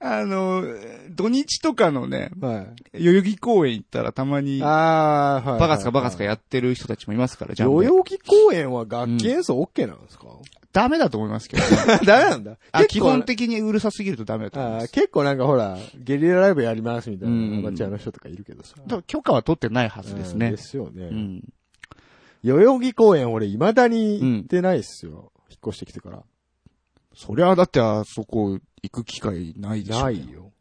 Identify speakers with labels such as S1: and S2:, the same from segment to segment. S1: あの、土日とかのね、
S2: は
S1: 代々木公園行ったらたま
S2: い。
S1: に、バ
S2: ああ、はい。
S1: カスカバカスカやってる人たちもいますから、ジ
S2: 代
S1: ャンベ。
S2: 々木公園は楽器演奏 OK なんですか、
S1: ダメだと思いますけどね。
S2: ダメなんだ。
S1: あ基本的にうるさすぎるとダメだと思い
S2: あ
S1: ま
S2: ー
S1: す。
S2: 結構なんかほら、ゲリラライブやりますみたいな、
S1: うんうん
S2: アマチュアの人とかいるけどさ。
S1: 多分許可は取ってないはずです
S2: うん
S1: ね
S2: で。すよね。
S1: うん。
S2: 代々木公園俺未だに行ってないっすよ。引っ越してきてから。
S1: そりゃ、だってあそこ行く機会ないでしょ。
S2: ない。よ。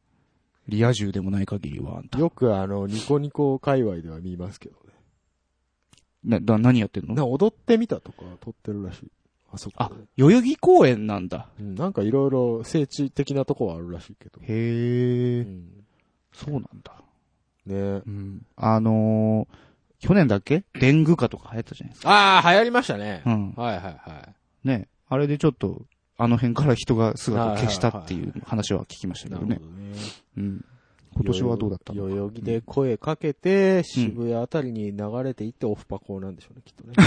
S1: リア充でもない限りは、あんた。
S2: よくあの、ニコニコ界隈では見ますけどね。
S1: な、だ何やってん
S2: な
S1: の
S2: 踊ってみたとか撮ってるらしい。あそこ
S1: あ
S2: で。、
S1: 代々木公園なんだ。
S2: うん、なんかいろいろ聖地的なとこはあるらしいけど。
S1: へ
S2: う
S1: え。
S2: ん、
S1: そうなんだ。
S2: ね
S1: うん。あのー、去年だっけデング化とか流行ったじゃないですか。
S2: ああ、流行りましたね
S1: うん。
S2: はいはいはい。
S1: ね。あれでちょっと、あの辺から人が姿を消したっていう話は聞きましたけ
S2: な
S1: ど
S2: るほど
S1: ね
S2: ね。。
S1: うん。今年はどうだったの
S2: 代々木で声かけて、渋谷あたりに流れていってオフパコなんでしょうね、きっと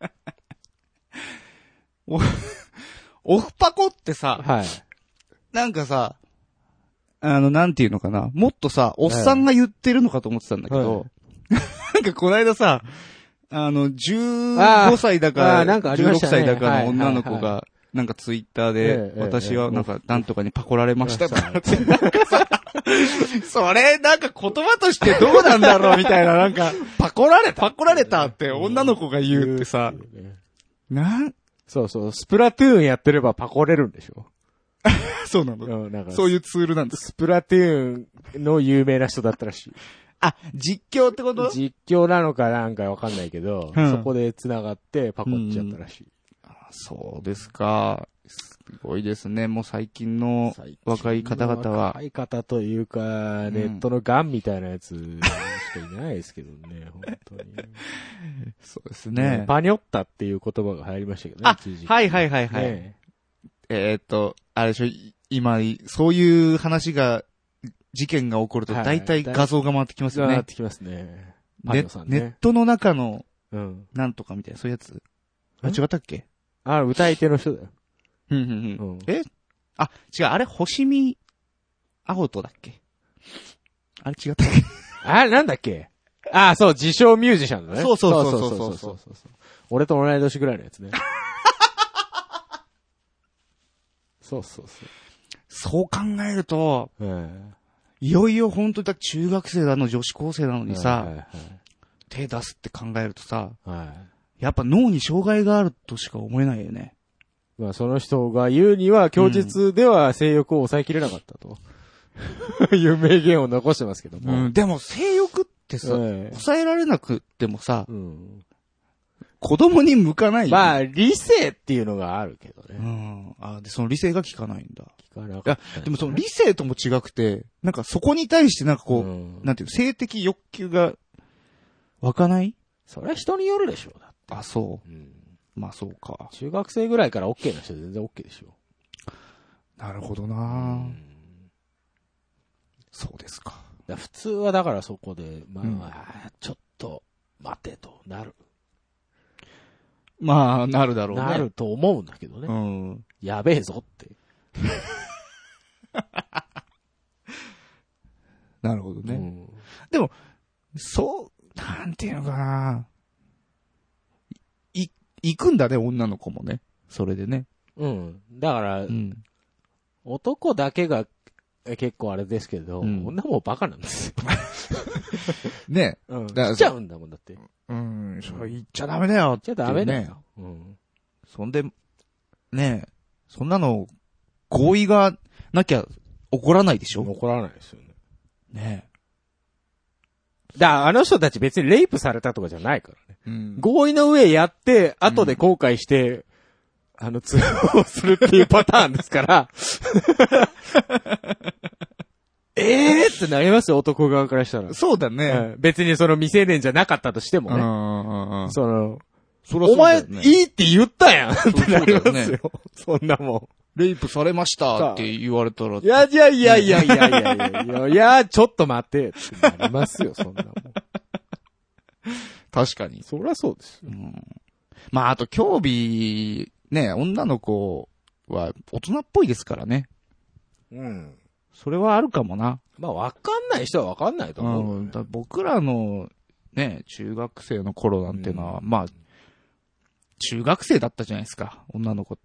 S2: ね。
S1: オフパコってさ、
S2: はい。
S1: なんかさ、あの、なんていうのかな。もっとさ、おっさんが言ってるのかと思ってたんだけど、
S2: は
S1: なんかこの間さ、あの、15歳だ
S2: あーあ
S1: か
S2: ーなんかありま
S1: 16
S2: したね
S1: 歳だかの女の子
S2: はいはい
S1: が、なんかツイッター
S2: え
S1: で、
S2: え
S1: 私
S2: え
S1: は
S2: え
S1: なんか、なんとかにパコられましたと
S2: そう
S1: かって、なんかさ、 それ、なんか言葉としてどうなんだろうみたいな、なんか、パコられたパコられたって女の子が言うってさ、
S2: 言うっていうね
S1: なん、
S2: そうそう、スプラトゥーンやってればパコれるんでしょ
S1: そうなの
S2: うん、なんか、
S1: そういうツールなんです。
S2: スプラトゥーンの有名な人だったらしい。
S1: あ、実況ってこと
S2: 実況なのかなんかわかんないけど、
S1: うん
S2: そこで繋がってパコっちゃったらしい。
S1: そうですか。すごいですね。もう最近の
S2: 最近の
S1: 若い方々は
S2: 若。い方というか、ネットのガンみたいなやつしかいないですけど ね、本当に。
S1: そうですね。
S2: パニョッタっていう言葉が流行りましたけどね、
S1: あ
S2: 一時、期
S1: はいはいはいはい。
S2: ね
S1: えーっと、あれでしょ、い今、そういう話が、事件が起こると
S2: はい
S1: 大体画像が回ってきますよ
S2: なっ
S1: ね。
S2: てきますね。パニ
S1: ネ
S2: ョさん
S1: ネッ
S2: ね。
S1: トの中の、
S2: うん。
S1: なんとかみたいな、そういうやつ。あ、違ったっけ
S2: あ、歌い手の人だよ。
S1: うんうん
S2: う
S1: うん
S2: ん。
S1: えあ、違う、あれ、星見、アホトだっけあれ違ったっけ
S2: あ、なんだっけあ、そう、自称ミュージシャンだね。
S1: そうそうそうそうそう
S2: うそう。俺と同い年ぐらいのやつね。 そうそうそ
S1: そう考えると、
S2: う。うん
S1: いよいよ本当だ、中学生だの、女子高生なのにさ、
S2: はい
S1: 手出すって考えるとさ、
S2: はいはい。はい
S1: やっぱ脳に障害があるとしか思えないよね。
S2: まあ、その人が言うには、供述では性欲を抑えきれなかったと。 いう名言を残してますけども。
S1: うん、でも性欲ってさ、
S2: ええ
S1: 抑えられなくってもさ、
S2: うん
S1: 子供に向かないよね
S2: まあ、理性っていうのがあるけど
S1: う
S2: ね。
S1: ん。あ、で、その理性が効かないんだ。
S2: 聞かなかっ
S1: い
S2: た
S1: や、でもその理性とも違くて、なんかそこに対してなんかこう、
S2: うん
S1: なんていうの、性的欲求が湧かない
S2: それは人によるでしょう、だって
S1: あ、そ
S2: うん
S1: う。まあそうか。
S2: 中学生ぐらいから OK な人は全然 OK でしょ。
S1: なるほど
S2: う
S1: なんそうですか。
S2: だから普通はだからそこで、まあ、
S1: うん
S2: あーちょっと、待てとなる、
S1: まあ、なるだろうね。
S2: なると思うんだけどね。
S1: うん。
S2: やべえぞって。
S1: なるほどね。
S2: うん
S1: そう、なんていうのかな。い、行くんだね、女の子もね。それでね。
S2: うん。だから、
S1: うん。
S2: 男だけがえ結構あれですけど、
S1: うん
S2: 女もバカなんですよ。
S1: ね。
S2: うん。
S1: だから
S2: 来ちゃうんだもんだって。
S1: うん、それ言っちゃダメだよ。
S2: じゃダメだ
S1: ね
S2: よ。うん。
S1: そんで、ねえ、そんなの、合意がなきゃ起こらないでしょ
S2: 怒らないですよね。
S1: ね
S2: だからあの人たち別にレイプされたとかじゃないからね。
S1: え。うん
S2: 合意の上やって、後で後悔して、あの通報するっていうパターンです から。ええーってなりますよ、男側からしたら。
S1: そうだね。
S2: うん別にその未成年じゃなかったとして
S1: う
S2: も
S1: んう
S2: ね。
S1: んうん。
S2: その、
S1: そりゃ
S2: お前、
S1: そうだよ
S2: い
S1: ね
S2: いって言ったやんっ
S1: う
S2: てなり
S1: そう
S2: ま
S1: だよ
S2: す
S1: ね
S2: よ。そんなもん。
S1: レイプされましたって言われたら
S2: い、や、いやいやいやいやいやいやいや、いや、ちょっと待てってなりますよ、そんなもん。
S1: 確かに。
S2: そりゃそうですよ。
S1: うんまあ、あと、競技、ね、女の子は大人っぽいですからね。うん。それはあるかもな。
S2: まあ、わかんない人はわかんないと
S1: う
S2: 思う。
S1: ん。だから僕らの、ね、中学生の頃なんてのは、まあ、中学生だったじゃないですか、女の子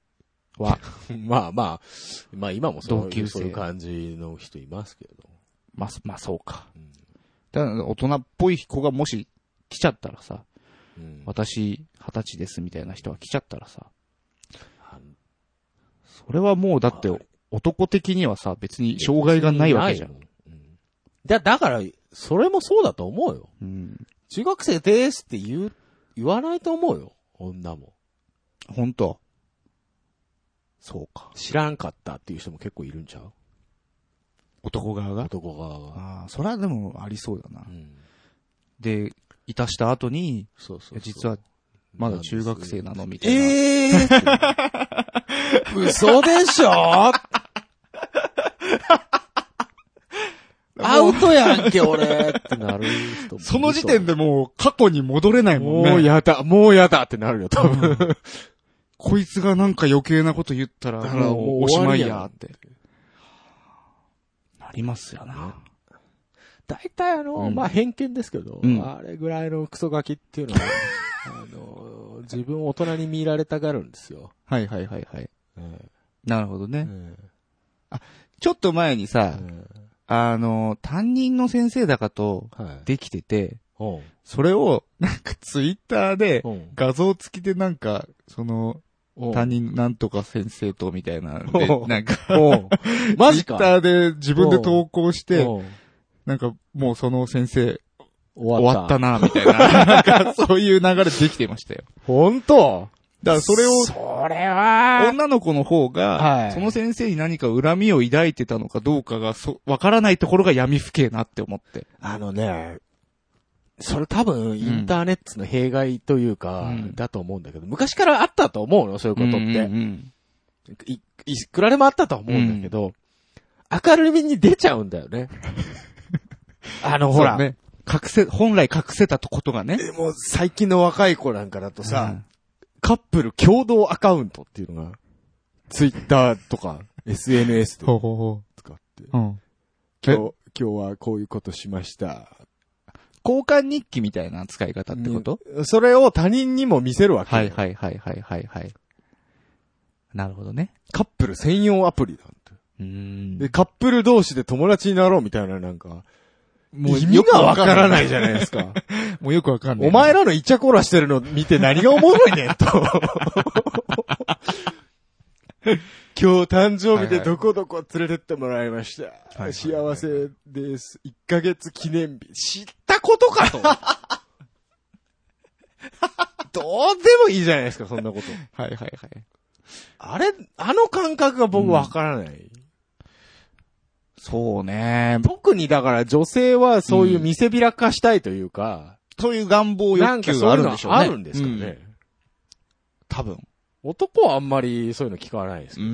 S1: は。
S2: まあまあ、まあ今もそう
S1: 同
S2: い
S1: 級
S2: う
S1: 生
S2: そういう感じの人いますけど。
S1: まあ、そまあ、そうか
S2: うん。
S1: だから大人っぽい子がもし来ちゃったらさ、
S2: うん
S1: 私、二十歳ですみたいな人が来ちゃったらさ、
S2: あ
S1: それはもうだって、男的にはさ、別に障害がないわけじゃん。
S2: ないもん。うんだ、だから、それもそうだと思うよ。
S1: うん。
S2: 中学生ですって言う、言わないと思うよ。女も。
S1: 本当そうか。
S2: 知らんかったっていう人も結構いるんちゃう
S1: 男側が
S2: 男側が。
S1: ああ、それはでもありそうだな
S2: う。ん。
S1: で、いたした後に、
S2: そうそう
S1: いや実は、まだ中学生なのみたいな。
S2: ええー、嘘で しょアウトやんけ、俺ってなる人も
S1: その時点でもう過去に戻れないもんね。
S2: もうやだ、もうやだってなるよ、多分。
S1: こいつがなんか余計なこと言ったら、
S2: だから
S1: もうおし
S2: 終わ
S1: まい
S2: りやん
S1: やって。なりますよな。
S2: 大体あの、
S1: うん
S2: まあ、偏見ですけど、
S1: うん
S2: あれぐらいのクソガキっていうのは、 あの、自分を大人に見られたがるんですよ。
S1: はいはいはいはい。
S2: え
S1: なるほど
S2: え
S1: ね。ちょっと前にさ、あの、担任の先生だかと
S2: はい。
S1: できてて、
S2: おう
S1: それを、なんかツイッターで、
S2: おう
S1: 画像付きでなんか、その、
S2: おう
S1: 担任なんとか先生とみたい なので
S2: お、う
S1: なんか、
S2: おう マ
S1: ツ
S2: ジ
S1: イ
S2: か
S1: ッターで自分で投稿して、
S2: おう
S1: なんかもうその先生
S2: 終
S1: 終わったな、みたいな。 なんかそういう流れできてましたよ。
S2: 本当
S1: だからそれを、
S2: それは、
S1: 女の子の方が、
S2: はい
S1: その先生に何か恨みを抱いてたのかどうかが、そ、わからないところが闇深えなって思って。
S2: あのね、それ多分、インターネットの弊害というか、
S1: うん
S2: だと思うんだけど、昔からあったと思うの、そういうことって。
S1: うんうん
S2: いいくらでもあったとは思うんだけど、明るみに出ちゃうんだよ ね。あの、ほ
S1: ほ
S2: ら、
S1: ら、ね、隠せ、本来隠せたことがね。
S2: でも最近の若い子なんかだとさ、
S1: うん
S2: カップル共同アカウントっていうのが、ツイッター とか、SNS
S1: ほ
S2: と
S1: うほうほ
S2: 使って、
S1: う。うん。
S2: 今日、今日はこういうことしました。
S1: 交換日記みたいな使い方ってこと、
S2: うんそれを他人にも見せるわけ。
S1: はいはいはいはいはいはい。なるほどね。
S2: カップル専用アプリなんて。
S1: うーん
S2: で、カップル同士で友達になろうみたいななんか、
S1: も
S2: 意味がわからないじ
S1: ゃ
S2: ゃない ですか。
S1: ん。 もうよくわかんない。
S2: お前らのイチャコラしてるの見て何がおもろいねんと。今日誕生日でどこどこ連れてってもらいました。
S1: いはい
S2: 幸せです。1ヶ月記念日。知ったことかと。 どうでもいいじゃないですか、そんなこと。
S1: はいはいはい。
S2: あれ、あの感覚が僕わからない。
S1: そうね。
S2: 特にだから女性はそういう見せびらかしたいというか、
S1: そういう願望
S2: なん
S1: 欲
S2: か
S1: 求
S2: そ
S1: があ
S2: うい
S1: る
S2: う
S1: ん
S2: の
S1: でしょうね。
S2: あるんですかね。
S1: うん多分。
S2: 男はあんまりそういうの聞かないです
S1: う
S2: け
S1: ー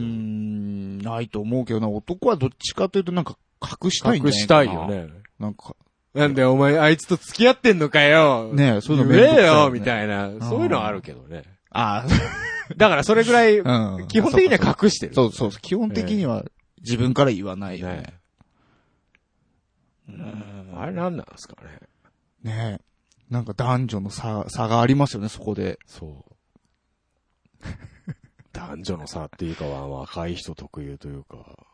S1: ん、
S2: ど。
S1: ないと思うけどな。男はどっちかというとなんか隠したいんじゃないかな
S2: 隠したいよ。ね。
S1: なんか、
S2: なんでお前あいつと付き合ってんのかよ。
S1: ねえそういうのめん
S2: 言
S1: どくさいよね
S2: えよ、みたいな。そういうのはあるけどね。
S1: あ
S2: だからそれぐらい、
S1: あ、
S2: 基本的には隠してる。
S1: そうそうそう。基本的には自分から言わないよ
S2: ね
S1: ね。
S2: あれなんなんですかね。
S1: ねえ。なんか男女の差、差がありますよね、そこで。
S2: そう。 男女の差っていうかは若い人特有というか。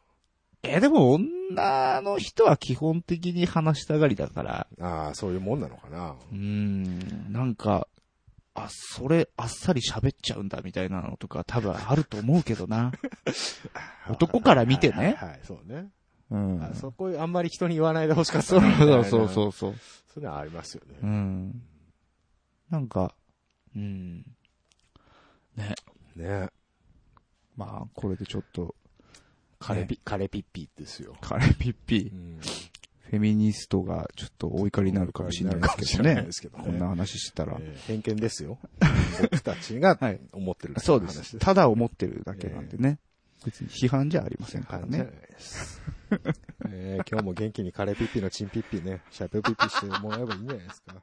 S1: え、でも女の人は基本的に話したがりだから。
S2: ああ、そういうもんなのかな。
S1: うーん、なんか、あ、それ、あっさり喋っちゃうんだみたいなのとか多分あると思うけどな。男から見てね
S2: はいはいはい、そうね。
S1: うん
S2: あそこあんまり人に言わないでほしかった
S1: そう
S2: なみたいな。
S1: そう
S2: う。
S1: そうそう。
S2: そういうのはありますよね。
S1: うん。なんか、うん。
S2: ね
S1: まあ、これでちょっと、
S2: カレピ、カレピッピですよ。
S1: カレピッピ
S2: う、ん。
S1: フェミニストがちょっとお怒りになるかもしれないですけど
S2: お怒りになる
S1: ね
S2: かもしれないですけ。どね
S1: こんな話してたら。
S2: えー偏見ですよ。僕たちが
S1: はい
S2: 思ってるだけ
S1: そ
S2: の
S1: う
S2: 話
S1: です。ただ思ってるだけなんでね。別に批判じゃありませんからね。
S2: です。えー今日も元気にカレーピッピのチンピッピね、シャープピッピしてもらえばいいんじゃないですか。